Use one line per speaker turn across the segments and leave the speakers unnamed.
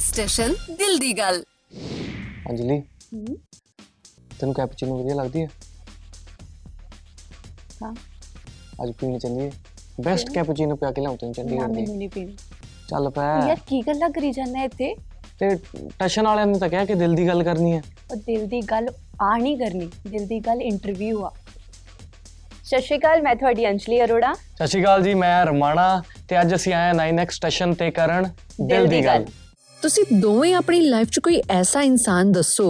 Station ਦਿਲ ਦੀ ਗੱਲ
ਅੰਜਲੀ ਤੈਨੂੰ ਕੈਪਚੀਨੋ ਵਧੀਆ ਲੱਗਦੀ ਹੈ
ਹਾਂ।
ਅੱਜ ਪੀਣ ਚੱਲੀਏ ਬੈਸਟ ਕੈਪਚੀਨੋ ਪਿਆ ਕੇ ਲਿਆਉਂ ਤੈਨੂੰ
ਨਾ
ਚੰਡੀਗੜ੍ਹ ਦੀ
ਮੈਨੂੰ ਨਹੀਂ ਪੀਣੀ
ਚੱਲ ਪੈ
ਯਾਰ ਕੀ ਗੱਲਾਂ ਕਰੀ ਜਾਂਦਾ ਇੱਥੇ
ਤੇ ਟਸ਼ਨ ਵਾਲਿਆਂ ਨੇ ਤਾਂ ਕਿਹਾ ਕਿ ਦਿਲ ਦੀ ਗੱਲ ਕਰਨੀ ਹੈ
ਉਹ ਦਿਲ ਦੀ ਗੱਲ ਆ ਨਹੀਂ ਕਰਨੀ ਦਿਲ ਦੀ ਗੱਲ ਇੰਟਰਵਿਊ ਆ ਸਤਿ ਸ਼੍ਰੀ ਅਕਾਲ ਮੈਂ ਤੁਹਾਡੀ ਅੰਜਲੀ ਅਰੋੜਾ
ਸਤਿ ਸ਼੍ਰੀ ਅਕਾਲ ਜੀ ਮੈਂ ਰਮਾਣਾ ਤੇ ਅੱਜ ਅਸੀਂ ਆਏ 9x ਸਟੇਸ਼ਨ ਤੇ ਕਰਨ ਦਿਲ ਦੀ ਗੱਲ
ਤੁਸੀਂ ਦੋਵੇਂ ਆਪਣੀ ਲਾਈਫ 'ਚ ਕੋਈ ਐਸਾ ਇਨਸਾਨ ਦੱਸੋ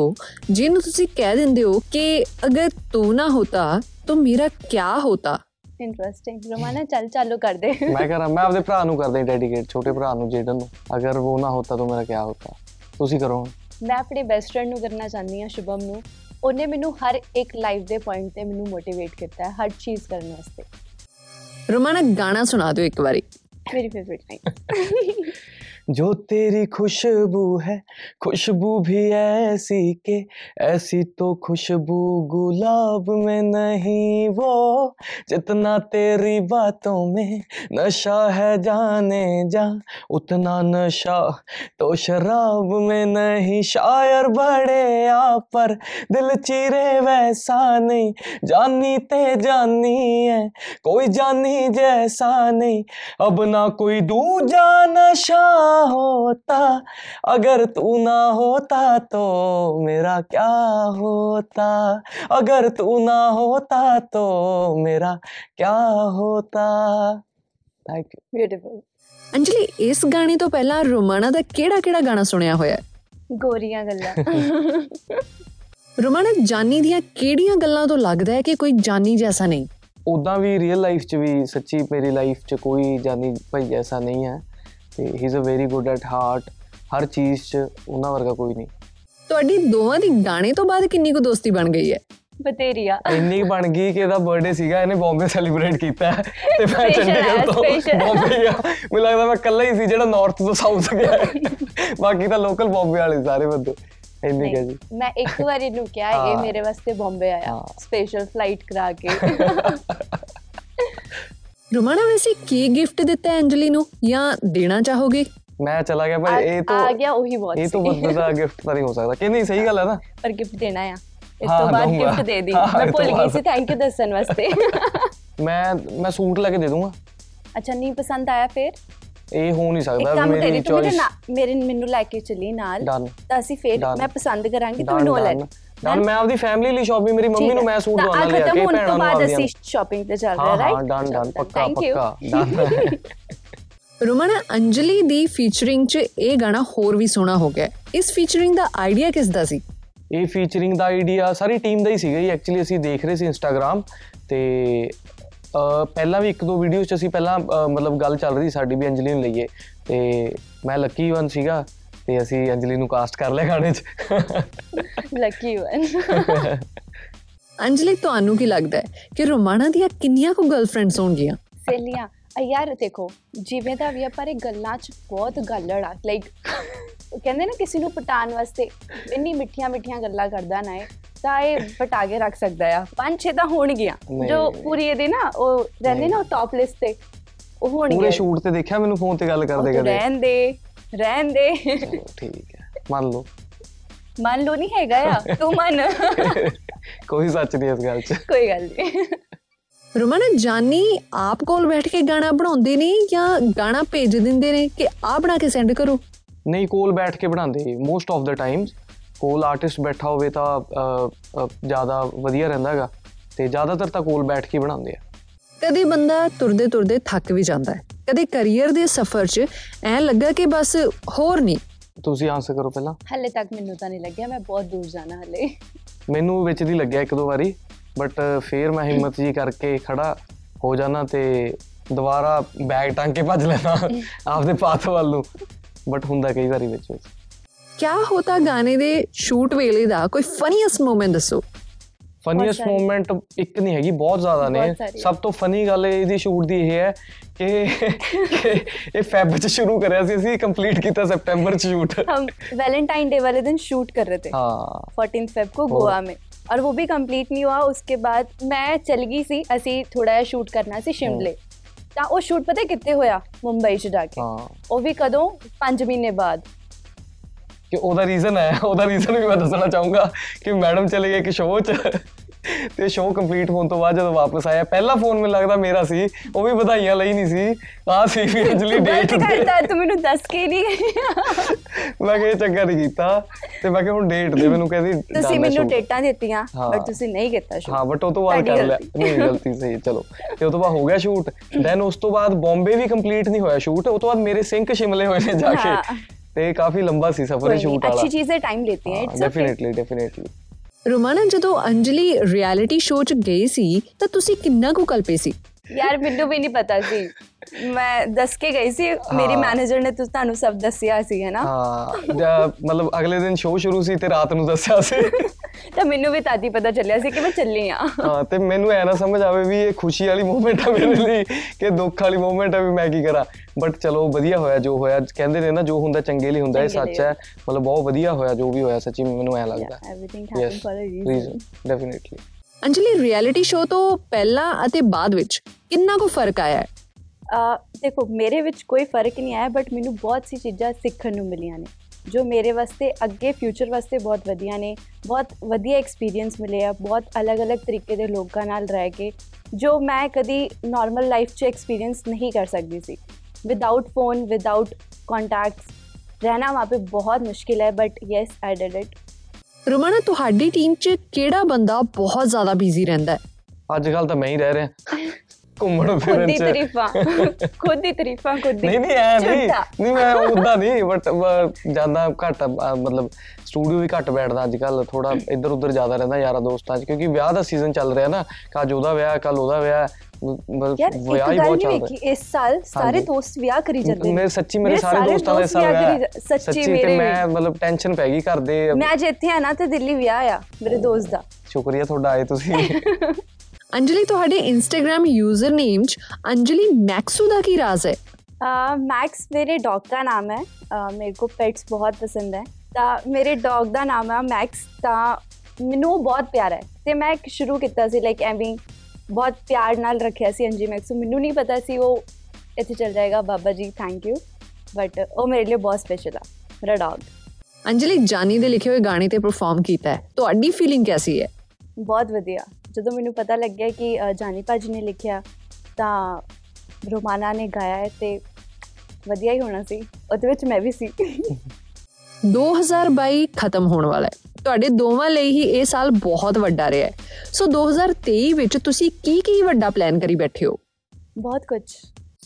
ਜਿਹਨੂੰ ਤੁਸੀਂ ਕਹਿ ਦਿੰਦੇ ਹੋ ਕਿ ਅਗਰ ਤੂੰ ਨਾ ਹੋਤਾ ਤਾਂ ਮੇਰਾ ਕਿਆ ਹੋਤਾ
ਇੰਟਰਸਟਿੰਗ ਰਮਾਨਾ ਚੱਲ ਚਾਲੂ ਕਰ ਦੇ
ਮੈਂ ਕਹ ਮੈਂ ਆਪਦੇ ਭਰਾ ਨੂੰ ਕਰਦਾ ਡੈਡੀਕੇਟ ਛੋਟੇ ਭਰਾ ਨੂੰ ਜੇਡਨ ਨੂੰ ਅਗਰ ਉਹ ਨਾ ਹੁੰਦਾ ਤਾਂ ਮੇਰਾ ਕੀ ਹੁੰਦਾ ਤੁਸੀਂ ਕਰੋ ਹੁਣ।
ਮੈਂ ਆਪਣੇ ਬੈਸਟ ਫਰੈਂਡ ਨੂੰ ਕਰਨਾ ਚਾਹੁੰਦੀ ਹਾਂ ਸ਼ੁਭਮ ਨੂੰ ਉਹਨੇ ਮੈਨੂੰ ਹਰ ਇੱਕ ਲਾਈਫ ਦੇ ਪੁਆਇੰਟ ਤੇ ਮੈਨੂੰ ਮੋਟੀਵੇਟ ਕੀਤਾ ਹੈ ਹਰ ਚੀਜ਼ ਕਰਨ ਵਾਸਤੇ
ਰੋਮਾਨਾ ਗਾਣਾ ਸੁਣਾ ਦਿਓ ਇੱਕ ਵਾਰੀ
ਮੇਰੀ ਫੇਵਰਿਟ ਲਾਈਨ
जो तेरी खुशबू है खुशबू भी ऐसी के ऐसी तो खुशबू गुलाब में नहीं वो जितना तेरी बातों में नशा है जाने जा उतना नशा तो शराब में नहीं शायर बड़े आप पर दिल चीरे वैसा नहीं जानी ते जानी है कोई जानी जैसा नहीं अब ना कोई दूजा नशा होता अगर तू ना होता तो मेरा क्या होता अगर तू ना होता तो मेरा क्या होता थैंक यू
ਬਿਊਟੀਫੁਲ
ਅੰਜਲੀ ਇਸ ਗਾਣੇ ਤੋਂ ਪਹਿਲਾਂ ਰੋਮਾਨਾ ਦਾ ਕਿਹੜਾ-ਕਿਹੜਾ ਗਾਣਾ ਸੁਣਿਆ ਹੋਇਆ ਹੈ
ਗੋਰੀਆਂ ਗੱਲਾਂ
ਰੋਮਾਨਾ ਜਾਨੀ ਦੀਆਂ ਕਿਹੜੀਆਂ ਗੱਲਾਂ ਤੋਂ ਲੱਗਦਾ ਹੈ ਕਿ ਕੋਈ ਜਾਨੀ ਜੈਸਾ ਨਹੀਂ
ਉਦਾਂ ਵੀ ਰੀਅਲ ਲਾਈਫ 'ਚ ਵੀ ਸੱਚੀ ਮੇਰੀ ਲਾਈਫ 'ਚ ਕੋਈ ਜਾਨੀ ਭਾਈ ਐਸਾ ਨਹੀਂ ਹੈ ਤੇ he is a very good at heart ਹਰ ਚੀਜ਼ 'ਚ ਉਹਨਾਂ ਵਰਗਾ ਕੋਈ ਨਹੀਂ
ਤੁਹਾਡੀ ਦੋਵਾਂ ਦੀ ਗਾਣੇ ਤੋਂ ਬਾਅਦ ਕਿੰਨੀ ਕੁ ਦੋਸਤੀ ਬਣ ਗਈ ਹੈ
ਬਤੇਰੀਆ
ਇੰਨੀ ਕੁ ਬਣ ਗਈ ਕਿ ਇਹਦਾ ਬਰਥਡੇ ਸੀਗਾ ਇਹਨੇ ਬੰਬੇ ਸੈਲੀਬ੍ਰੇਟ ਕੀਤਾ ਹੈ ਤੇ ਮੈਂ
Special
ਚੰਡੀਗੜ੍ਹ
ਆਇਆ,
ਤੋਂ
special।
ਬੰਬੇ ਗਿਆ ਮੈਨੂੰ ਲੱਗਦਾ ਮੈਂ ਇਕੱਲਾ ਹੀ ਸੀ ਜਿਹੜਾ ਨਾਰਥ ਤੋਂ ਸਾਊਥ ਗਿਆ ਹੈ। ਬਾਕੀ ਤਾਂ ਲੋਕਲ ਬੰਬੇ ਵਾਲੇ ਸਾਰੇ ਬੰਦੇ ਇੰਨੀ ਕਹ ਜੀ
ਮੈਂ ਇੱਕ ਵਾਰ ਇਹਨੂੰ ਕਿਹਾ ਇਹ
ਹਾਂ।
ਮੇਰੇ ਵਾਸਤੇ ਬੰਬੇ ਆਇਆ
ਹਾਂ।
ਸਪੈਸ਼ਲ ਫਲਾਈਟ ਕਰਾ ਕੇ
ਰੋਮਾਨਾ ਵੈਸੇ ਕੀ ਗਿਫਟ ਦਿੱਤਾ ਹੈ ਅੰਜਲੀ ਨੂੰ ਜਾਂ ਦੇਣਾ ਚਾਹੋਗੇ
ਮੈਂ ਚਲਾ ਗਿਆ
ਆ
ਭਾਈ ਇਹ ਤੋਂ
ਆ ਗਿਆ ਉਹੀ ਬਹੁਤ
ਇਹ ਤੋਂ
ਸੀ।
ਵੱਧ ਦਾ ਗਿਫਟ ਤਾਂ ਨਹੀਂ ਹੋ ਸਕਦਾ ਕਿ ਨਹੀਂ ਸਹੀ ਗੱਲ ਹੈ ਨਾ
ਪਰ ਗਿਫਟ ਦੇਣਾ ਆ ਇਸ
ਹਾਂ,
ਤੋਂ ਬਾਅਦ
ਦਊਂਗਾ।
ਗਿਫਟ ਦੇ ਦੀ
ਹਾਂ,
ਮੈਂ
ਇਸ ਤੋਂ
ਭੁੱਲ ਗਈ
ਬਾਅਦ।
ਸੀ ਥੈਂਕ ਯੂ ਦੱਸਣ ਵਾਸਤੇ
ਮੈਂ ਮੈਂ ਸੂਟ ਲੈ ਕੇ ਦੇ ਦੂੰਗਾ
ਅੱਛਾ ਨਹੀਂ ਪਸੰਦ ਆਇਆ ਫਿਰ
ਇਹ ਹੋ ਨਹੀਂ
ਇੱਕ
ਸਕਦਾ
ਕੰਮ ਕਰੀ
ਮੇਰੀ
ਤੂੰ ਮੇਰੇ
ਚੋਇਸ
ਨਾਲ ਮੇਰੇ ਮੈਨੂੰ ਲੈ ਕੇ ਚੱਲੀ ਨਾਲ
ਡਨ
ਤਾਂ ਅਸੀਂ ਫੇਰ
Done.
ਮੈਂ ਪਸੰਦ ਕਰਾਂਗੀ ਤੂੰ
ਡਨ
ਨੋ ਲੈ
ਡਨ ਮੈਂ ਆਪਦੀ ਫੈਮਿਲੀ ਲਈ ਸ਼ਾਪਿੰਗ ਮੇਰੀ ਮੰਮੀ ਨੂੰ ਮੈਂ ਸੂਟ ਦਵਾਉਣਾ
ਲਿਆ
ਲਿਆ
ਕੇ
ਕੇ
ਹੁਣ
ਭੈਣਾਂ
ਤੋਂ
ਨੂੰ
ਬਾਅਦ
ਆਪਦੀਆਂ
ਅਸੀਂ ਸ਼ਾਪਿੰਗ ਤੇ ਚੱਲ
ਹਾਂ ਹਾਂ
ਰਹੇ ਰਾਈਟ
ਡਨ ਡਨ ਪੱਕਾ ਪੱਕਾ ਡਨ
ਰੋਮਾਨਾ ਅੰਜਲੀ ਦੀ ਫੀਚਰਿੰਗ 'ਚ ਇਹ ਗਾਣਾ ਹੋਰ ਵੀ ਸੋਹਣਾ ਹੋ ਗਿਆ ਹੈ। ਇਸ ਫੀਚਰਿੰਗ ਦਾ ਆਈਡੀਆ ਕਿਸ ਦਾ ਸੀ
ਇਹ ਫੀਚਰਿੰਗ ਦਾ ਆਈਡੀਆ ਸਾਰੀ ਟੀਮ ਦਾ ਹੀ ਸੀਗਾ ਜੀ ਐਕਚੁਅਲੀ ਅਸੀਂ ਦੇਖ ਰਹੇ ਸੀ ਇੰਸਟਾਗ੍ਰam ਤੇ ਅਹ, ਪਹਿਲਾਂ ਵੀ ਇੱਕ ਦੋ ਵੀਡੀਓਜ਼ 'ਚ ਅਸੀਂ ਪਹਿਲਾਂ ਅਹ, ਮਤਲਬ ਗੱਲ ਚੱਲ ਰਹੀ ਸੀ ਸਾਡੀ ਵੀ ਅੰਜਲੀ ਨੂੰ ਲਈਏ ਤੇ ਮੈਂ ਲੱਕੀ ਵਨ ਸੀਗਾ ਤੇ ਅਸੀਂ ਅੰਜਲੀ ਨੂੰ ਕਾਸਟ ਕਰ ਲਿਆ ਗਾਣੇ 'ਚ
ਲੱਕੀ ਵਨ
ਅੰਜਲੀ ਤੁਹਾਨੂੰ ਕੀ ਲੱਗਦਾ ਹੈ ਕਿ ਰੋਮਾਨਾ ਦੀਆਂ ਕਿੰਨੀਆਂ ਕੁ ਗਰਲਫ੍ਰੈਂਡਸ ਹੋਣਗੀਆਂ
ਸੇਲੀਆਂ ਅ ਯਾਰ ਦੇਖੋ ਜਿਵੇਂ ਦਾ ਵੀ ਆ ਪਰ ਇਹ ਗੱਲਾਂ ਚ ਬਹੁਤ ਗੱਲੜ ਆ ਲਾਈਕ ਕਹਿੰਦੇ ਨਾ ਕਿਸੇ ਨੂੰ ਪਟਾਉਣ ਵਾਸਤੇ ਇੰਨੀ ਮਿੱਠੀਆਂ ਮਿੱਠੀਆਂ ਗੱਲਾਂ ਕਰਦਾ ਨਾ ਇਹ ਤਾਂ ਇਹ ਪਟਾ ਕੇ ਰੱਖ ਸਕਦਾ ਆ ਪੰਜ ਛੇ ਤਾਂ ਹੋਣਗੀਆਂ
ਨਹੀਂ,
ਜੋ
ਨਹੀਂ।
ਪੂਰੀ ਇਹਦੇ ਨਾ ਉਹ ਰਹਿੰਦੇ ਨਾ ਟੌਪ ਲਿਸਟ ਤੇ ਉਹ ਹੋਣਗੇ
ਪੂਰੇ ਸ਼ੂਟ ਤੇ ਦੇਖਿਆ ਮੈਨੂੰ ਫੋਨ ਤੇ ਗੱਲ
ਉਹ
ਕਰਦੇ
ਤੂੰ
ਕਦੇ
ਰਹਿਣ ਦੇ ਰਹਿਣ ਦੇ
ਚਲੋ, ਠੀਕ ਹੈ ਮੰਨ ਲਓ
ਮੰਨ ਲੋ ਨਹੀਂ ਹੈਗਾ ਆ ਤੂੰ ਮੰਨ
ਕੋਈ ਸੱਚ ਨਹੀਂ ਇਸ ਗੱਲ 'ਚ
ਕੋਈ ਗੱਲ ਨਹੀਂ
ਰੋਮਾਨਾ ਜਾਨੀ ਆਪ ਕੋਲ ਬੈਠ ਕੇ ਗਾਣਾ ਬਣਾਉਂਦੇ ਨੇ ਜਾਂ ਗਾਣਾ ਭੇਜ ਦਿੰਦੇ ਨੇ ਕਿ ਆ ਬਣਾ ਕੇ ਸੈਂਡ ਕਰੋ
ਨਹੀਂ ਕੋਲ ਬੈਠ ਕੇ ਬਣਾਉਂਦੇ ਮੋਸਟ ਆਫ ਦਾ ਟਾਈਮਸ ਕੋਲ ਆਰਟਿਸਟ ਬੈਠਾ ਹੋਵੇ ਤਾਂ ਜਿਆਦਾ ਵਧੀਆ ਰਹਿੰਦਾਗਾ ਤੇ ਜ਼ਿਆਦਾਤਰ ਤਾਂ ਕੋਲ ਬੈਠ ਕੇ ਹੀ ਬਣਾਉਂਦੇ ਆ
ਕਦੇ ਬੰਦਾ ਤੁਰਦੇ ਤੁਰਦੇ ਥੱਕ ਵੀ ਜਾਂਦਾ ਹੈ ਕਦੇ ਕੈਰੀਅਰ ਦੇ ਸਫ਼ਰ 'ਚ ਐ ਲੱਗਾ ਕਿ ਬਸ ਹੋਰ ਨਹੀਂ
ਤੁਸੀਂ ਆਨਸਰ ਕਰੋ ਪਹਿਲਾਂ
ਹਲੇ ਤੱਕ ਮੈਨੂੰ ਤਾਂ ਨਹੀਂ ਲੱਗਿਆ ਮੈਂ ਬਹੁਤ ਦੂਰ ਜਾਣਾ ਹਲੇ
ਮੈਨੂੰ ਵਿੱਚ ਦੀ ਲੱਗਿਆ ਇੱਕ ਦੋ ਵਾਰੀ ਬਟ ਫੇਰ ਮੈਂ ਹਿੰਮਤ ਜੀ ਕਰਕੇ ਖੜਾ ਹੋ ਜਾਣਾ ਤੇ ਦੁਬਾਰਾ ਬੈਗ ਟੰਗ ਕੇ ਭੱਜ ਲੈਣਾ ਆਪਦੇ ਪਾਥ ਵੱਲ ਨੂੰ ਬਟ ਹੁੰਦਾ ਕਈ ਵਾਰੀ ਵਿੱਚ ਵਿੱਚ
ਕਿਆ ਹੋਤਾ ਗਾਣੇ ਦੇ ਸ਼ੂਟ ਵੇਲੇ ਦਾ ਕੋਈ ਫਨੀਐਸਟ ਮੂਮੈਂਟ ਦੱਸੋ
ਫਨੀਐਸਟ
ਸਾਰੀ।
ਮੂਮੈਂਟ ਇੱਕ ਨਹੀਂ ਹੈਗੀ ਬਹੁਤ ਜ਼ਿਆਦਾ
ਬਹੁਤ
ਨੇ
ਸਾਰੀ ਹੈ।
ਸਭ ਤੋਂ ਫਨੀ ਗੱਲ ਇਹਦੀ ਸ਼ੂਟ ਦੀ ਇਹ ਹੈ ਕਿ ਕਿ ਇਹ ਫੈਬ ਚ ਸ਼ੁਰੂ ਕਰਿਆ ਸੀ ਅਸੀਂ ਕੰਪਲੀਟ ਕੀਤਾ ਸੈਪਟੈਂਬਰ ਚ ਸ਼ੂਟ
हम वैलेंटाइन डे वाले दिन शूट कर रहे थे
ਹਾਂ
14 फेब को
ओ।
गोवा में और वो भी कंप्लीट नहीं हुआ उसके बाद मैं चल गई सी ਅਸੀਂ ਥੋੜਾ ਜਿਹਾ ਸ਼ੂਟ ਕਰਨਾ ਸੀ ਸ਼ਿਮਲੇ ਤਾਂ ਉਹ ਸ਼ੂਟ ਪਤਾ ਕਿੱਥੇ ਹੋਇਆ ਮੁੰਬਈ 'ਚ ਜਾ ਕੇ
ਹਾਂ
ਉਹ ਵੀ ਕਦੋਂ 5 ਮਹੀਨੇ ਬਾਅਦ
ਕਿ ਉਹਦਾ ਰੀਜ਼ਨ ਹੈ ਉਹਦਾ ਰੀਜ਼ਨ ਵੀ ਮੈਂ ਦੱਸਣਾ ਚਾਹੂੰਗਾ ਕਿ ਮੈਡਮ ਚਲੇ ਗਏ ਇੱਕ ਸ਼ੋਅ 'ਚ ਤੇ ਸ਼ੋਅ ਕੰਪਲੀਟ ਹੋਣ ਤੋਂ ਬਾਅਦ ਜਦੋਂ ਵਾਪਸ ਆਇਆ ਪਹਿਲਾ ਫੋਨ ਮੈਨੂੰ ਲੱਗਦਾ ਮੇਰਾ ਸੀ ਉਹ ਵੀ ਵਧਾਈਆਂ ਲਈ ਨਹੀਂ ਸੀ ਆ ਸੀ ਵੀ ਅੰਜਲੀ
ਤੂੰ
ਡੇਟ
ਗਲਤ
ਤੇ
ਕਰਦਾ ਤੂੰ ਮੈਨੂੰ ਦੱਸ ਕੇ ਨਹੀਂ ਗਈ।
ਮੈਂ ਕਿਹਾ ਇਹ ਚੰਗਾ ਨਹੀਂ ਕੀਤਾ ਤੇ ਮੈਂ ਕਿਹਾ ਹੁਣ ਡੇਟ ਦੇ ਮੈਨੂੰ ਕਹਿੰਦੀ done
ਤੁਸੀਂ
ਹੈ
ਮੈਨੂੰ
show.
ਡੇਟਾਂ ਦਿੱਤੀਆਂ
ਹਾਂ।
ਬਟ ਤੁਸੀਂ ਨਹੀਂ ਕੀਤਾ ਸ਼ੁਰੂ
ਹਾਂ ਬਟ ਉਹ ਤੋਂ ਬਾਅਦ
ਤੁਹਾਡੀ
ਕਰ ਲਿਆ
ਗਲਤੀ।
ਨਹੀਂ ਗਲਤੀ ਸਹੀ ਚਲੋ ਤੇ ਉਹ ਤੋਂ ਬਾਅਦ ਹੋ ਗਿਆ ਸ਼ੂਟ ਦੈਨ ਉਸ ਤੋਂ ਬਾਅਦ ਬੰਬੇ ਵੀ ਕੰਪਲੀਟ ਨਹੀਂ ਹੋਇਆ ਸ਼ੂਟ ਉਹ ਤੋਂ ਬਾਅਦ ਮੇਰੇ ਸਿੰਕ ਸ਼ਿਮਲੇ ਹੋਏ ਨੇ ਜਾ ਕੇ
ਹਾਂ।
ਤੇ ਕਾਫੀ ਲੰਬਾ ਸੀ ਸਫ਼ਰ
कोई नहीं,
ਸ਼ੂਟ ਵਾਲਾ
अच्छी चीजें टाइम लेती
हाँ,
हैं it's okay
definitely definitely
Romana ਜਦੋਂ ਅੰਜਲੀ ਰਿਐਲਿਟੀ ਸ਼ੋਅ 'ਚ ਗਈ ਸੀ ਤਾਂ ਤੁਸੀਂ ਕਿੰਨਾ ਕੁ ਕਲਪੇ ਸੀ
यार ਮੈਨੂੰ ਵੀ ਨਹੀਂ ਪਤਾ ਸੀ ਮੈਂ ਦੱਸ ਕੇ ਗਈ ਸੀ ਮੇਰੀ
ਹਾਂ।
ਮੈਨੇਜਰ ਨੇ ਤੁਸ ਤੁਹਾਨੂੰ ਸਭ ਦੱਸਿਆ ਸੀ ਹੈ ਨਾ
हाँ। ਹਾਂ ਜਾਂ ਮਤਲਬ ਅਗਲੇ ਦਿਨ ਸ਼ੋਅ ਸ਼ੁਰੂ ਸੀ ਤੇ ਰਾਤ ਨੂੰ ਦੱਸਿਆ ਸੀ
ਤਾਂ ਮੈਨੂੰ ਵੀ ਤਾਦੀ ਪਤਾ ਚੱਲਿਆ ਸੀ ਕਿ ਮੈਂ ਚੱਲੀ ਆ
ਹਾਂ ਤੇ ਮੈਨੂੰ ਐ ਨਾ ਸਮਝ ਆਵੇ ਵੀ ਇਹ ਖੁਸ਼ੀ ਵਾਲੀ ਮੂਵਮੈਂਟ ਆ ਮੇਰੇ ਲਈ ਕਿ ਦੁੱਖ ਵਾਲੀ ਮੂਵਮੈਂਟ ਆ ਵੀ ਮੈਂ ਕੀ ਕਰਾਂ ਬਟ ਚਲੋ ਵਧੀਆ ਹੋਇਆ ਜੋ ਹੋਇਆ ਕਹਿੰਦੇ ਨੇ ਨਾ ਜੋ ਹੁੰਦਾ ਚੰਗੇ ਲਈ ਹੁੰਦਾ ਇਹ
ਚੰਗੇ ਲਈ
ਸੱਚ ਹੈ ਮਤਲਬ ਬਹੁਤ ਵਧੀਆ ਹੋਇਆ ਜੋ ਵੀ ਹੋਇਆ ਸੱਚੀ ਮੈਨੂੰ ਐ ਲੱਗਦਾ
everything
yes
happen for a reason
reason definitely
Anjali reality show ਤੋਂ ਪਹਿਲਾਂ ਅਤੇ ਬਾਅਦ ਵਿੱਚ ਕਿੰਨਾ ਕੁ ਫਰਕ ਆਇਆ ਹੈ
ਦੇਖੋ ਮੇਰੇ ਵਿੱਚ ਕੋਈ ਫਰਕ ਨਹੀਂ ਆਇਆ ਬਟ ਮੈਨੂੰ ਬਹੁਤ ਸੀ ਚੀਜ਼ਾਂ ਸਿੱਖਣ ਨੂੰ ਮਿਲੀਆਂ ਨੇ ਜੋ ਮੇਰੇ ਵਾਸਤੇ ਅੱਗੇ ਫਿਊਚਰ ਵਾਸਤੇ ਬਹੁਤ ਵਧੀਆ ਨੇ ਬਹੁਤ ਵਧੀਆ ਐਕਸਪੀਰੀਅੰਸ ਮਿਲੇ ਆ ਬਹੁਤ ਅਲੱਗ-ਅਲੱਗ ਤਰੀਕੇ ਦੇ ਲੋਕਾਂ ਨਾਲ ਰਹਿ ਕੇ ਜੋ ਮੈਂ ਕਦੀ ਨਾਰਮਲ ਲਾਈਫ 'ਚ ਐਕਸਪੀਰੀਅੰਸ ਨਹੀਂ ਕਰ ਸਕਦੀ ਸੀ ਵਿਦਆਊਟ ਫੋਨ ਵਿਦਆਊਟ ਕੰਟੈਕਟਸ ਰਹਿਣਾ ਵਾਂ ਪੇ ਬਹੁਤ ਮੁਸ਼ਕਿਲ ਹੈ but yes I did it
Romana ਤੁਹਾਡੀ ਟੀਮ 'ਚ ਕਿਹੜਾ ਬੰਦਾ ਬਹੁਤ ਜ਼ਿਆਦਾ ਬਿਜ਼ੀ ਰਹਿੰਦਾ ਹੈ
ਅੱਜ ਕੱਲ ਤਾਂ ਮੈਂ ਹੀ ਰਹਿ ਰਿਹਾ ਘੁੰਮਣ
ਖੁਦ
ਫਿਰਨ
ਦੀ
ਚ
ਤਾਰੀਫਾਂ ਖੁਦ ਦੀ ਤਾਰੀਫਾਂ ਖੁਦ ਦੀ
ਨਹੀਂ ਨਹੀਂ ਐ ਨਹੀਂ
ਝੂਠਾ।
ਨਹੀਂ ਮੈਂ ਉਦਾਂ ਨਹੀਂ ਬਟ ਜਾਂਦਾ ਘੱਟ ਆ, ਆ, ਮਤਲਬ ਸਟੂਡੀਓ ਵੀ ਘੱਟ ਬੈਠਦਾ ਅੱਜ ਕੱਲ ਥੋੜਾ ਇੱਧਰ ਉੱਧਰ ਜ਼ਿਆਦਾ ਰਹਿੰਦਾ ਯਾਰਾਂ ਦੋਸਤਾਂ 'ਚ ਕਿਉਂਕਿ ਵਿਆਹ ਦਾ ਸੀਜ਼ਨ ਚੱਲ ਰਿਹਾ ਨਾ ਕੱਜ ਉਹਦਾ ਵਿਆਹ ਕੱਲ ਉਹਦਾ ਵਿਆਹ ਮ- ਮਤਲਬ
ਯਾਰ ਇੱਕ
ਵਿਆਹ ਹੀ
ਗੱਲ
ਬਹੁਤ
ਨਹੀਂ
ਚੱਲਦਾ
ਵੇਖੀ ਇਸ ਸਾਲ ਸਾਰੇ ਦੋਸਤ ਵਿਆਹ ਕਰੀ ਜਾਂਦੇ ਨੇ
ਮੇਰੇ ਸੱਚੀ ਮੇਰੇ ਸਾਰੇ ਦੋਸਤਾਂ ਦੇ
ਦੋਸਤ
ਸਾਲ
ਵਿਆਹ
ਵਿਆਹ
ਕਰੀ
ਹੈ।
ਜਾ- ਸੱਚੀ ਮੇਰੇ
ਤੇ ਮੈਂ
ਵੀ।
ਮਤਲਬ ਟੈਨਸ਼ਨ ਪੈ ਗਈ ਘਰ ਦੇ
ਮੈਂ ਅੱਜ ਇੱਥੇ ਆ ਨਾ ਤੇ ਦਿੱਲੀ ਵਿਆਹ ਆ ਮੇਰੇ ਦੋਸਤ ਦਾ
ਸ਼ੁਕਰੀਆ ਤੁਹਾਡਾ ਆਏ ਤੁਸੀਂ
ਅੰਜਲੀ ਤੁਹਾਡੇ ਇੰਸਟਾਗ੍ਰam ਯੂਜ਼ਰ ਨੇਮ 'ਚ ਅੰਜਲੀ ਮੈਕਸੂ ਦਾ ਕੀ ਰਾਜ਼ ਹੈ
अ, मैक्स मेरे डॉग का नाम है अ, मेरे को पेट्स बहुत पसंद है ਤਾਂ ਮੇਰੇ ਡੌਗ ਦਾ ਨਾਮ ਹੈ ਮੈਕਸ ਤਾਂ ਮੈਨੂੰ ਉਹ ਬਹੁਤ ਪਿਆਰਾ ਹੈ ਤੇ ਮੈਂ ਇੱਕ ਸ਼ੁਰੂ ਕੀਤਾ ਸੀ ਲਾਈਕ ਐਵੇਂ ਹੀ ਬਹੁਤ ਪਿਆਰ ਨਾਲ ਰੱਖਿਆ ਸੀ ਅੰਜੀ ਮੈਕਸ ਨੂੰ। ਮੈਨੂੰ ਨਹੀਂ ਪਤਾ ਸੀ ਉਹ ਇੱਥੇ ਚਲ ਜਾਏਗਾ ਬਾਬਾ ਜੀ ਥੈਂਕ ਯੂ ਬਟ ਉਹ ਮੇਰੇ ਲਈ ਬਹੁਤ ਸਪੈਸ਼ਲ ਆ ਮੇਰਾ ਡੌਗ
ਅੰਜਲੀ ਜਾਨੀ ਦੇ ਲਿਖੇ ਹੋਏ ਗਾਣੇ ਤੇ ਪਰਫਾਰਮ ਕੀਤਾ ਹੈ ਤੁਹਾਡੀ ਫੀਲਿੰਗ ਕੈਸੀ ਹੈ
ਬਹੁਤ ਵਧੀਆ ਜਦੋਂ ਮੈਨੂੰ ਪਤਾ ਲੱਗਿਆ ਕਿ ਅ, ਜਾਨੀ ਭਾਜੀ ਨੇ ਲਿਖਿਆ ਤਾਂ ਰੋਮਾਨਾ ਨੇ ਗਾਇਆ ਹੈ ਤੇ ਵਧੀਆ ਹੀ ਹੋਣਾ ਸੀ ਉਹਦੇ ਵਿੱਚ ਮੈਂ ਵੀ ਸੀ
2022 ਖਤਮ ਹੋਣ ਵਾਲਾ ਹੈ ਤੁਹਾਡੇ ਦੋਵਾਂ ਲਈ ਹੀ ਇਹ ਸਾਲ ਬਹੁਤ ਵੱਡਾ ਰਿਹਾ ਹੈ ਸੋ 2023 ਵਿੱਚ ਤੁਸੀਂ ਕੀ ਕੀ ਵੱਡਾ ਪਲਾਨ ਕਰੀ ਬੈਠੇ ਹੋ
ਬਹੁਤ ਕੁਝ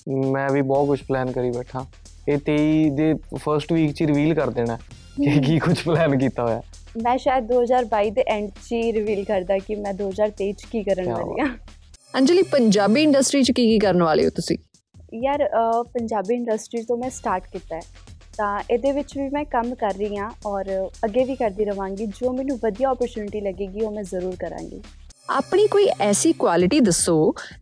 ਮੈਂ ਵੀ ਬਹੁਤ ਕੁਝ ਪਲਾਨ ਕਰੀ ਬੈਠਾ ਇਹ 23 ਦੇ ਫਰਸਟ ਵੀਕ 'ਚ ਰਿਵੀਲ ਕਰ ਦੇਣਾ ਕਿ ਕੀ ਕੁਝ ਪਲਾਨ ਕੀਤਾ ਹੋਇਆ
ਮੈਂ ਸ਼ਾਇਦ 2022 ਦੇ ਐਂਡ 'ਚ ਹੀ ਰਿਵੀਲ ਕਰਦਾ ਕਿ ਮੈਂ 2023 'ਚ ਕੀ ਕਰਨ
ਕਿਆ
ਵਾਲੀ ਹਾਂ
ਅੰਜਲੀ ਪੰਜਾਬੀ ਇੰਡਸਟਰੀ 'ਚ ਕੀ ਕੀ ਕਰਨ ਵਾਲੇ ਹੋ ਤੁਸੀਂ
ਯਾਰ ਅ, ਪੰਜਾਬੀ ਇੰਡਸਟਰੀ ਤੋਂ ਮੈਂ ਸਟਾਰਟ ਕੀਤਾ ਹੈ ਤਾਂ ਇਹਦੇ ਵਿੱਚ ਵੀ ਮੈਂ ਕੰਮ ਕਰ ਰਹੀ ਹਾਂ ਔਰ ਅੱਗੇ ਵੀ ਕਰਦੀ ਰਵਾਂਗੀ ਜੋ ਮੈਨੂੰ ਵਧੀਆ ਓਪਰਚ्युनिटी ਲੱਗੇਗੀ ਉਹ ਮੈਂ ਜ਼ਰੂਰ ਕਰਾਂਗੀ
ਆਪਣੀ ਕੋਈ ਐਸੀ ਕੁਆਲਿਟੀ ਦੱਸੋ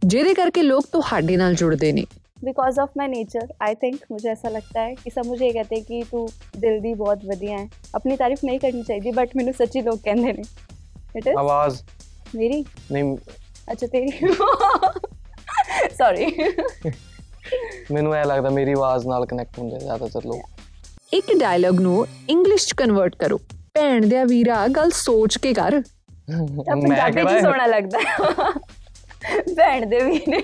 ਜਿਹਦੇ ਕਰਕੇ ਲੋਕ ਤੁਹਾਡੇ ਨਾਲ ਜੁੜਦੇ ਨੇ
because of my nature I think मुझे ऐसा लगता है कि सब मुझे ये कहते हैं कि तू दिल दी बहुत वधिया है अपनी तारीफ नहीं करनी चाहिए बट मैंने सच्ची लोग कहते ने इट इज
ਆਵਾਜ਼
मेरी
ਨਹੀਂ
अच्छा तेरी सॉरी
ਮੈਨੂੰ ਐ ਲੱਗਦਾ ਮੇਰੀ ਆਵਾਜ਼ ਨਾਲ ਕਨੈਕਟ ਹੁੰਦੇ ਆ ਜ਼ਿਆਦਾਤਰ ਲੋਕ
ਇੱਕ ਡਾਇਲੌਗ ਨੂੰ ਇੰਗਲਿਸ਼ 'ਚ ਕਨਵਰਟ ਕਰੋ ਭੈਣ ਦਿਆ ਵੀਰਾ ਗੱਲ ਸੋਚ ਕੇ ਕਰ
ਤਾਂ
ਮੈਂ
ਪੰਜਾਬੀ
ਕਿਹੜਾ
ਚ ਸੋਹਣਾ ਲੱਗਦਾ ਭੈਣ ਦੇ ਵੀ ਨੇ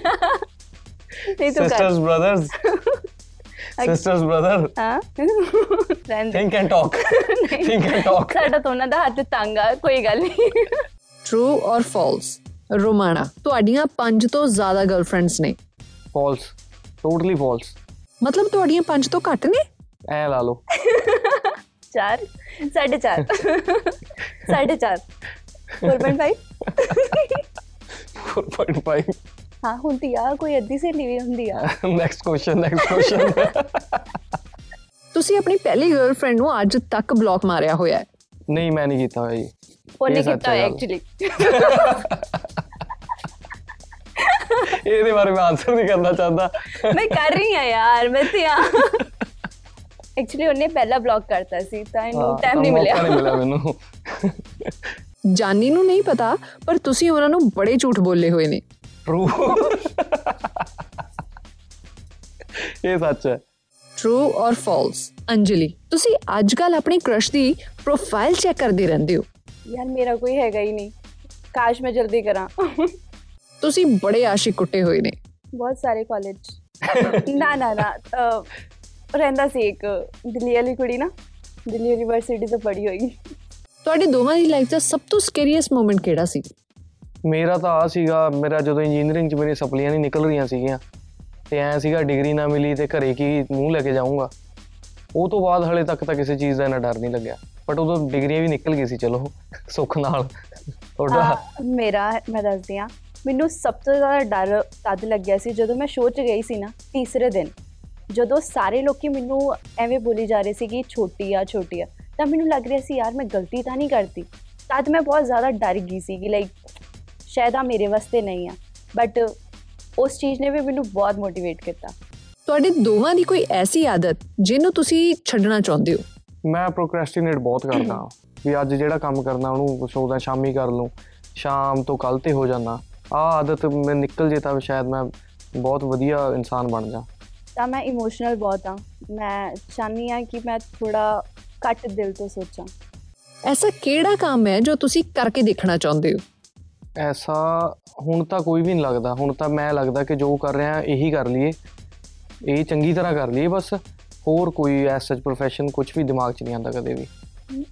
ਨਹੀਂ ਤੂੰ ਕਰ
ਸਿਸਟਰਸ ਬ੍ਰਦਰਸ ਸਿਸਟਰਸ ਬ੍ਰਦਰ
ਹਾਂ ਰਹਿਣ ਦੇ
think and talk think and talk
ਸਾਡਾ ਤਾਂ ਉਹਨਾਂ ਦਾ ਹੱਥ ਤੰਗ ਆ ਕੋਈ ਗੱਲ ਨਹੀਂ
ਟਰੂ ਔਰ ਫਾਲਸ ਰੋਮਾਣਾ ਤੁਹਾਡੀਆਂ 5 ਤੋਂ ਜ਼ਿਆਦਾ ਗਰਲਫ੍ਰੈਂਡਸ ਨੇ
ਫਾਲਸ ਟੋਟਲੀ ਫਾਲਸ
ਮਤਲਬ ਤੁਹਾਡੀਆਂ 5 ਤੋਂ ਘੱਟ ਨੇ
ਐ ਲਾ ਲਓ
ਚਾਰ ਸਾਢੇ ਚਾਰ ਸਾਢੇ ਚਾਰ 4.5
4.5
ਹਾਂ ਹੁੰਦੀ ਆ ਕੋਈ ਅੱਧੀ ਸਹੇਲੀ ਵੀ ਹੁੰਦੀ ਆ
ਨੈਕਸਟ ਕੁਐਸਚਨ ਨੈਕਸਟ ਕੁਐਸਚਨ
ਤੁਸੀਂ ਆਪਣੀ ਪਹਿਲੀ ਗਰਲਫ੍ਰੈਂਡ ਨੂੰ ਅੱਜ ਤੱਕ ਬਲੌਕ ਮਾਰਿਆ ਹੋਇਆ ਹੈ
ਨਹੀਂ ਮੈਂ ਨਹੀਂ ਕੀਤਾ ਹੋਇਆ ਜੀ
ਉਹਨੇ
ਇਹ ਸੱਚ
ਕੀਤਾ
ਹੈ
ਹੋਇਆ
ਗੱਲ।
ਐਕਚੁਅਲੀ
ਇਹਦੇ ਬਾਰੇ ਮੈਂ ਆਨਸਰ ਨਹੀਂ ਕਰਨਾ ਚਾਹੁੰਦਾ
ਮੈਂ ਕਰ ਰਹੀ ਆ ਯਾਰ ਮੈਂ ਤੇ ਆ ਐਕਚੁਅਲੀ ਉਹਨੇ ਪਹਿਲਾਂ ਬਲੌਕ ਕਰਤਾ ਸੀ ਤਾਂ ਇਹਨੂੰ
ਹਾਂ,
ਟਾਈਮ ਨਹੀਂ
ਮੌਕਾ ਨਹੀਂ
ਮਿਲਿਆ
ਮਿਲਿਆ ਮੈਨੂੰ
ਜਾਨੀ ਨੂੰ ਨਹੀਂ ਪਤਾ ਪਰ ਤੁਸੀਂ ਉਹਨਾਂ ਨੂੰ ਬੜੇ ਝੂਠ ਬੋਲੇ ਹੋਏ ਨੇ
ਟਰੂ ਇਹ ਸੱਚ ਹੈ
ਟਰੂ ਔਰ ਫਾਲਸ ਅੰਜਲੀ ਤੁਸੀਂ ਅੱਜ ਕੱਲ ਆਪਣੀ ਕ੍ਰਸ਼ ਦੀ ਪ੍ਰੋਫਾਈਲ ਚੈੱਕ ਕਰਦੇ ਰਹਿੰਦੇ ਹੋ
ਯਾਰ ਮੇਰਾ ਕੋਈ ਹੈਗਾ ਹੀ ਨਹੀਂ ਕਾਸ਼ ਮੈਂ ਜਲਦੀ ਕਰਾਂ
ਤੁਸੀਂ ਬੜੇ ਆਸ਼ਿਕ ਕੁੱਟੇ ਹੋਏ ਨੇ
ਬਹੁਤ ਸਾਰੇ ਕਾਲਜ ਨਾ ਨਾ ਨਾ ਅਹ, ਰਹਿੰਦਾ ਸੀ ਇੱਕ ਦਿੱਲੀ ਵਾਲੀ ਕੁੜੀ ਨਾ ਦਿੱਲੀ ਯੂਨੀਵਰਸਿਟੀ ਤੋਂ ਪੜ੍ਹੀ ਹੋਈ
ਤੁਹਾਡੇ ਦੋਵਾਂ ਦੀ ਲਾਈਫ ਦਾ ਸਭ ਤੋਂ ਸਕੇਰੀਅਸਟ ਮੂਮੈਂਟ ਕਿਹੜਾ ਸੀ
ਮੇਰਾ ਤਾਂ ਆ ਸੀਗਾ ਮੇਰਾ ਜਦੋਂ ਇੰਜੀਨੀਅਰਿੰਗ 'ਚ ਮੇਰੀ ਸਪਲੀਆਂ ਨਹੀਂ ਨਿਕਲ ਰਹੀਆਂ ਸੀਗੀਆਂ ਤੇ ਐ ਸੀਗਾ ਡਿਗਰੀ ਨਾ ਮਿਲੀ ਤੇ ਘਰੇ ਕੀ ਮੂੰਹ ਲੈ ਕੇ ਜਾਊਂਗਾ ਉਹ ਤੋਂ ਬਾਅਦ ਹਲੇ ਤੱਕ ਤਾਂ ਕਿਸੇ ਚੀਜ਼ ਦਾ ਨਾ ਡਰ ਨਹੀਂ ਲੱਗਿਆ ਬਟ ਉਦੋਂ ਡਿਗਰੀਆਂ ਵੀ ਨਿਕਲ ਗਈ ਸੀ ਚਲੋ ਸੁੱਖ ਨਾਲ ਤੁਹਾਡਾ
ਹਾਂ, ਮੇਰਾ ਮੈਂ ਦੱਸਦੀ ਆ ਮੈਨੂੰ ਸਭ ਤੋਂ ਜ਼ਿਆਦਾ ਡਰ ਤਦ ਲੱਗਿਆ ਸੀ ਜਦੋਂ ਮੈਂ ਸ਼ੋਅ 'ਚ ਗਈ ਸੀ ਨਾ ਤੀਸਰੇ ਦਿਨ ਜਦੋਂ ਸਾਰੇ ਲੋਕੀ ਮੈਨੂੰ ਐਵੇਂ ਬੋਲੀ ਜਾ ਰਹੇ ਸੀ ਕਿ ਛੋਟੀ ਆ ਛੋਟੀ ਆ ਤਾਂ ਮੈਨੂੰ ਲੱਗ ਰਿਹਾ ਸੀ ਯਾਰ ਮੈਂ ਗਲਤੀ ਤਾਂ ਨਹੀਂ ਕਰਦੀ ਤਦ ਮੈਂ ਬਹੁਤ ਜ਼ਿਆਦਾ ਡਰ ਗਈ ਸੀ ਕਿ ਲਾਈਕ ਸ਼ਾਇਦ ਆ ਮੇਰੇ ਵਾਸਤੇ ਨਹੀਂ ਆ ਬਟ ਉਸ ਚੀਜ਼ ਨੇ ਵੀ ਮੈਨੂੰ ਬਹੁਤ ਮੋਟੀਵੇਟ ਕੀਤਾ
ਤੁਹਾਡੇ ਦੋਵਾਂ ਦੀ ਕੋਈ ਐਸੀ ਆਦਤ ਜਿਹਨੂੰ ਤੁਸੀਂ ਛੱਡਣਾ ਚਾਹੁੰਦੇ ਹੋ
ਮੈਂ ਪ੍ਰੋਕ੍ਰੈਸਟੀਨੇਟ ਬਹੁਤ ਕਰਦਾ ਹਾਂ। ਵੀ ਅੱਜ ਜਿਹੜਾ ਕੰਮ ਕਰਨਾ ਉਹਨੂੰ ਸੋਚਦਾ ਸ਼ਾਮੀ ਕਰ ਲੂੰ ਸ਼ਾਮ ਤੋਂ ਕੱਲ ਤੇ ਹੋ ਜਾਣਾ ਆ ਆਦਤ ਮੈਂ ਨਿਕਲ ਜੇ ਤਾਂ ਸ਼ਾਇਦ ਮੈਂ ਬਹੁਤ ਵਧੀਆ ਇਨਸਾਨ ਬਣ ਜਾ
ਤਾਂ ਮੈਂ ਇਮੋਸ਼ਨਲ ਬਹੁਤ ਆ ਮੈਂ ਚਾਹੁੰਦੀ ਆ ਕਿ ਮੈਂ ਥੋੜਾ ਘੱਟ ਦਿਲ ਤੋਂ ਸੋਚਾਂ
ਐਸਾ ਕਿਹੜਾ ਕੰਮ ਹੈ ਜੋ ਤੁਸੀਂ ਕਰਕੇ ਦੇਖਣਾ ਚਾਹੁੰਦੇ ਹੋ
ਐਸਾ ਹੁਣ ਤਾਂ ਕੋਈ ਵੀ ਨਹੀਂ ਲੱਗਦਾ ਹੁਣ ਤਾਂ ਮੈਂ ਲੱਗਦਾ ਕਿ ਜੋ ਕਰ ਰਿਹਾ ਇਹੀ ਕਰ ਲਈਏ ਇਹ ਚੰਗੀ ਤਰ੍ਹਾਂ ਕਰ ਲਈਏ ਬਸ ਹੋਰ ਕੋਈ ਐਸ ਸੱਚ profession ਕੁਝ ਵੀ ਦਿਮਾਗ 'ਚ ਨਹੀਂ ਆਉਂਦਾ ਕਦੇ ਵੀ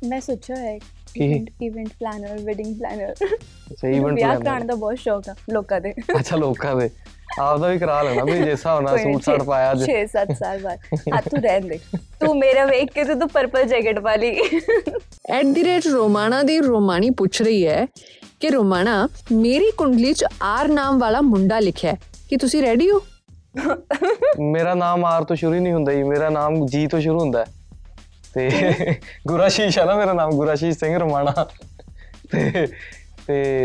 ਮੈਂ ਸੋਚਿਆ ਹੈ
ਕੀ?
ਇਵੈਂਟ ਪਲਾਨਰ ਵੈਡਿੰਗ ਪਲਾਨਰ
ਸਹੀ ਬਣ
ਵਿਆਹ ਕਰਾਉਣ ਦਾ ਬਹੁਤ ਸ਼ੌਕ ਆ ਲੋਕਾਂ ਦੇ
ਅੱਛਾ ਲੋਕਾਂ ਦੇ ਆਪਦਾ ਵੀ ਕਰਾ ਲੈਣਾ ਵੀ ਜਿਸ ਹਿਸਾਬ ਨਾਲ
ਕੋਈ ਨੀ,
ਸੂਟ ਸਾਟ ਪਾਇਆ ਅੱਜ
6-7 ਸਾਲ ਬਾਅਦ ਆ ਤੂੰ ਰਹਿਣ ਦੇ ਤੂੰ ਮੇਰਾ ਵੇਖ ਕੇ ਤੇ ਤੂੰ ਪਰਪਲ ਜੈਕਟ ਵਾਲੀ
ਐਟ ਦੀ ਰੇਟ ਰੋਮਾਣਾ ਦੀ ਰੋਮਾਣੀ ਪੁੱਛ ਰਹੀ ਹੈ ਕਿ ਰੋਮਾਣਾ ਮੇਰੀ ਕੁੰਡਲੀ 'ਚ ਆਰ ਨਾਮ ਵਾਲਾ ਮੁੰਡਾ ਲਿਖਿਆ ਹੈ ਕਿ ਤੁਸੀਂ ਰੈਡੀ ਹੋ
ਮੇਰਾ ਨਾਮ ਆਰ ਤੋਂ ਸ਼ੁਰੂ ਹੀ ਨਹੀਂ ਹੁੰਦਾ ਜੀ ਮੇਰਾ ਨਾਮ ਜੀ ਤੋਂ ਸ਼ੁਰੂ ਹੁੰਦਾ ਹੈ। ਤੇ ਗੁਰਾਸ਼ੀਸ਼ ਹੈ ਨਾ ਮੇਰਾ ਨਾਮ ਗੁਰਾਸ਼ੀਸ਼ ਸਿੰਘ ਰਮਾਣਾ ਤੇ
ये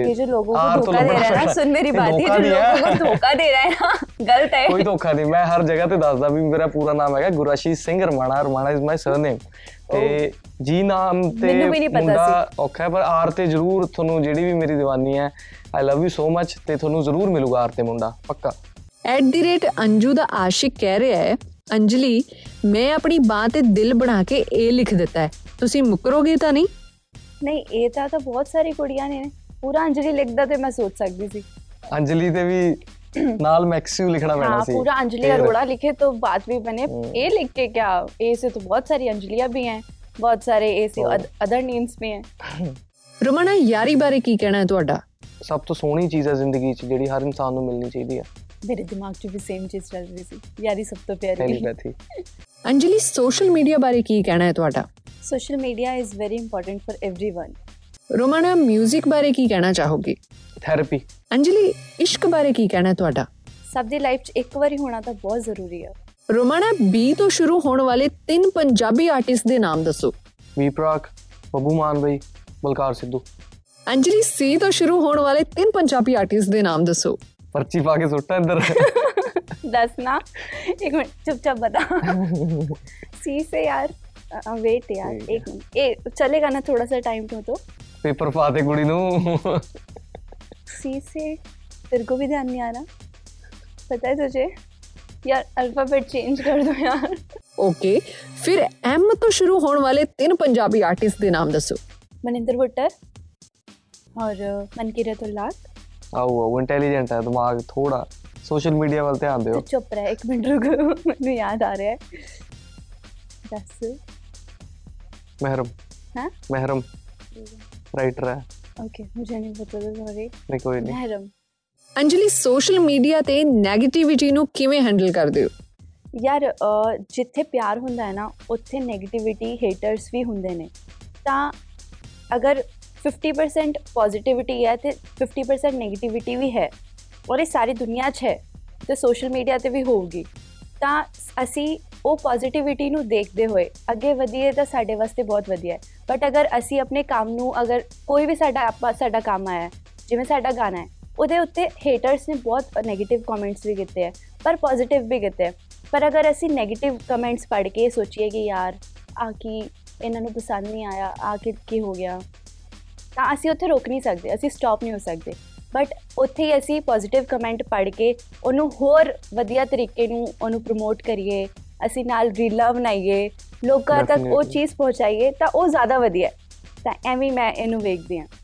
ਤੇ
जो लोगों को
आर तो
धोखा दे रहा है ना
लंबा
सुन मेरी
ये
बात ये
धोखा
जो
नहीं है।
लोगों को धोखा दे रहा है ना गलत है
ਕੋਈ ਧੋਖਾ ਨਹੀਂ ਮੈਂ ਹਰ ਜਗ੍ਹਾ ਤੇ ਦੱਸਦਾ ਵੀ ਮੇਰਾ ਪੂਰਾ ਨਾਮ ਹੈਗਾ Gurashish Singh Ramana Ramana is my surname ਤੇ ਜੀ ਨਾਮ ਤੇ
ਮੈਨੂੰ ਵੀ ਨਹੀਂ ਪਤਾ
ਮੁੰਡਾ ਔਖਾ ਹੈ ਪਰ ਆਰ ਤੇ ਜ਼ਰੂਰ ਤੁਹਾਨੂੰ ਜਿਹੜੀ ਵੀ ਮੇਰੀ ਦੀਵਾਨੀ ਹੈ ਆਈ ਲਵ ਯੂ ਸੋ ਮੱਚ ਤੇ ਤੁਹਾਨੂੰ ਜ਼ਰੂਰ ਮਿਲੂਗਾ ਆਰ ਤੇ ਮੁੰਡਾ ਪੱਕਾ
ਐਟ ਦੀ ਰੇਟ ਅੰਜੂ ਦਾ ਆਸ਼ਿਕ ਕਹਿ ਰਿਹਾ ਹੈ ਅੰਜਲੀ ਮੈਂ ਆਪਣੀ ਬਾਹ ਤੇ ਦਿਲ ਬਣਾ ਕੇ ਇਹ ਲਿਖ ਦਿੱਤਾ ਹੈ ਤੁਸੀਂ ਮੁਕਰੋਗੇ ਤਾਂ ਨਹੀਂ
ਨਹੀਂ ਇਹ ਤਾਂ ਤਾਂ ਬਹੁਤ ਸਾਰੀ ਕੁੜੀਆਂ ਨੇ ਪੂਰਾ ਅੰਜਲੀ ਲਿਖਦਾ ਤੇ ਮੈਂ ਸੋਚ ਸਕਦੀ ਸੀ
ਅੰਜਲੀ ਤੇ ਵੀ ਨਾਲ ਮੈਕਸਿਊ ਲਿਖਣਾ ਪੈਣਾ
हाँ
ਸੀ
पूरा अंजलि
फिर-
अरोड़ा लिखे तो बात भी बने
हम्म।
ए लिख के क्या ए से तो बहुत सारी अंजलियां भी हैं बहुत सारे ए से
ओ।
अदर नेम्स भी हैं
ਰੋਮਾਣਾ ਯਾਰੀ ਬਾਰੇ ਕੀ ਕਹਿਣਾ ਹੈ ਤੁਹਾਡਾ
ਸਭ ਤੋਂ ਸੋਹਣੀ ਚੀਜ਼ ਹੈ ਜ਼ਿੰਦਗੀ 'ਚ ਜਿਹੜੀ ਹਰ ਇਨਸਾਨ ਨੂੰ ਮਿਲਣੀ ਚਾਹੀਦੀ ਹੈ
मेरे दिमाग च भी सेम चीज चल रही थी यारी सब तो प्यारी
ਟੈਲੀਪੈਥੀ
ਅੰਜਲੀ ਸੋਸ਼ਲ ਮੀਡੀਆ ਬਾਰੇ ਕੀ ਕਹਿਣਾ ਹੈ ਤੁਹਾਡਾ
social media is very important for everyone
Romana 뮤직 ਬਾਰੇ ਕੀ ਕਹਿਣਾ ਚਾਹੋਗੇ
ਥੈਰੇਪੀ
ਅੰਜਲੀ ਇਸ਼ਕ ਬਾਰੇ ਕੀ ਕਹਿਣਾ ਹੈ ਤੁਹਾਡਾ
सब दी लाइफ च एक बारी होना तो बहुत जरूरी है
ਰੋਮਾਣਾ ਬੀ ਤੋਂ ਸ਼ੁਰੂ ਹੋਣ ਵਾਲੇ ਤਿੰਨ ਪੰਜਾਬੀ ਆਰਟਿਸਟ ਦੇ ਨਾਮ ਦੱਸੋ
ਵੀ ਪ੍ਰਾਕ ਬੱਬੂ ਮਾਨ ਬਈ ਬਲਕਾਰ ਸਿੱਧੂ
ਅੰਜਲੀ ਸੀ ਤੋਂ ਸ਼ੁਰੂ ਹੋਣ ਵਾਲੇ ਤਿੰਨ ਪੰਜਾਬੀ ਆਰਟਿਸਟ ਦੇ ਨਾਮ ਦੱਸੋ
ਪਰਚੀ ਪਾ ਕੇ ਸੁੱਟਾ ਇੱਧਰ
दस ना एक मिनट चुपचाप बता सी से यार वेट यार
ठीक
एक मिनट ए चलेगा ना थोड़ा सा टाइम तो तो
ਪੇਪਰ ਪਾ ਦੇ ਕੁੜੀ ਨੂੰ
सी से तेरे को भी ध्यान नहीं आ रहा पता है तुझे यार अल्फाबेट चेंज कर दो यार
ਓਕੇ ਫਿਰ ਐਮ ਤੋਂ ਸ਼ੁਰੂ ਹੋਣ ਵਾਲੇ ਤਿੰਨ ਪੰਜਾਬੀ ਆਰਟਿਸਟ ਦੇ ਨਾਮ ਦੱਸੋ
मनिंदर भुट्टर और अ, मनकीरत उल्लाख
ਆਓ ਆਓ ਇੰਟੈਲੀਜੈਂਟ ਹੈ ਦਿਮਾਗ ਥੋੜਾ ਸੋਸ਼ਲ ਮੀਡੀਆ ਵੱਲ ਧਿयान
तू
ਦਿਓ
चुप रहा एक मिनट रुको मैंने याद आ रहा है दस
ਮਹਿਰਮ
ਹੈਂ?
ਮਹਿਰਮ ਰਾਈਟਰ ਹੈ
ओके मुझे नहीं पता था सॉरी
ਨਹੀਂ ਕੋਈ ਨਹੀਂ
महरम
ਅੰਜਲੀ ਸੋਸ਼ਲ ਮੀਡੀਆ ਤੇ 네ਗੇਟਿਵਿਟੀ ਨੂੰ ਕਿਵੇਂ ਹੈਂਡਲ ਕਰਦੇ ਹੋ
ਯਾਰ ਅਹ, ਜਿੱਥੇ ਪਿਆਰ ਹੁੰਦਾ ਹੈ ਨਾ ਉੱਥੇ 네ਗੇਟਿਵਿਟੀ ਹੇਟਰਸ ਵੀ ਹੁੰਦੇ ਨੇ ਤਾਂ ਅਗਰ 50% ਪੋਜ਼ਿਟਿਵਿਟੀ ਹੈ ਤੇ 50% 네ਗੇਟਿਵਿਟੀ ਵੀ ਹੈ ਔਰ ਇਹ ਸਾਰੀ ਦੁਨੀਆ 'ਚ ਹੈ ਤੇ ਸੋਸ਼ਲ ਮੀਡੀਆ ਤੇ ਵੀ ਹੋਊਗੀ ਤਾਂ ਅਸੀਂ ਉਹ ਪੋਜ਼ਿਟਿਵਿਟੀ ਨੂੰ ਦੇਖਦੇ ਹੋਏ ਅੱਗੇ ਵਧੀਏ ਤਾਂ ਸਾਡੇ ਵਾਸਤੇ ਬਹੁਤ ਵਧੀਆ ਹੈ ਬਟ ਅਗਰ ਅਸੀਂ ਆਪਣੇ ਕੰਮ ਨੂੰ ਅਗਰ ਕੋਈ ਵੀ ਸਾਡਾ ਆਪਾਂ ਸਾਡਾ ਕੰਮ ਆਇਆ ਹੈ, ਜਿਵੇਂ ਸਾਡਾ ਗਾਣਾ ਹੈ ਉਹਦੇ ਉੱਤੇ ਹੇਟਰਸ ਨੇ ਬਹੁਤ 네ਗੇਟਿਵ ਕਮੈਂਟਸ ਵੀ ਕੀਤੇ ਹੈ ਪਰ ਪੋਜ਼ਿਟਿਵ ਵੀ ਕੀਤੇ ਹੈ ਪਰ ਅਗਰ ਅਸੀਂ 네ਗੇਟਿਵ ਕਮੈਂਟਸ ਪੜ੍ਹ ਕੇ ਸੋਚੀਏ ਕਿ ਯਾਰ ਆ ਕੀ ਇਹਨਾਂ ਨੂੰ ਪਸੰਦ ਨਹੀਂ ਆਇਆ ਆ ਕੀ ਕੀ ਹੋ ਗਿਆ ਤਾਂ ਅਸੀਂ ਉੱਥੇ ਰੁਕ ਨਹੀਂ ਸਕਦੇ ਅਸੀਂ ਸਟਾਪ ਨਹੀਂ ਹੋ ਸਕਦੇ ਬਟ ਉੱਥੇ ਹੀ ਅਸੀਂ ਪੋਜ਼ਿਟਿਵ ਕਮੈਂਟ ਪੜ੍ਹ ਕੇ ਉਹਨੂੰ ਹੋਰ ਵਧੀਆ ਤਰੀਕੇ ਨੂੰ ਉਹਨੂੰ ਪ੍ਰਮੋਟ ਕਰੀਏ ਅਸੀਂ ਨਾਲ ਰੀਲਾਂ ਬਣਾਈਏ ਲੋਕਾਂ ਤੱਕ ਉਹ
Definitely.
ਚੀਜ਼ ਪਹੁੰਚਾਈਏ ਤਾਂ ਉਹ ਜ਼ਿਆਦਾ ਵਧੀਆ ਹੈ। ਤਾਂ ਐਵੇਂ ਹੀ ਮੈਂ ਇਹਨੂੰ ਵੇਖਦੀ ਹਾਂ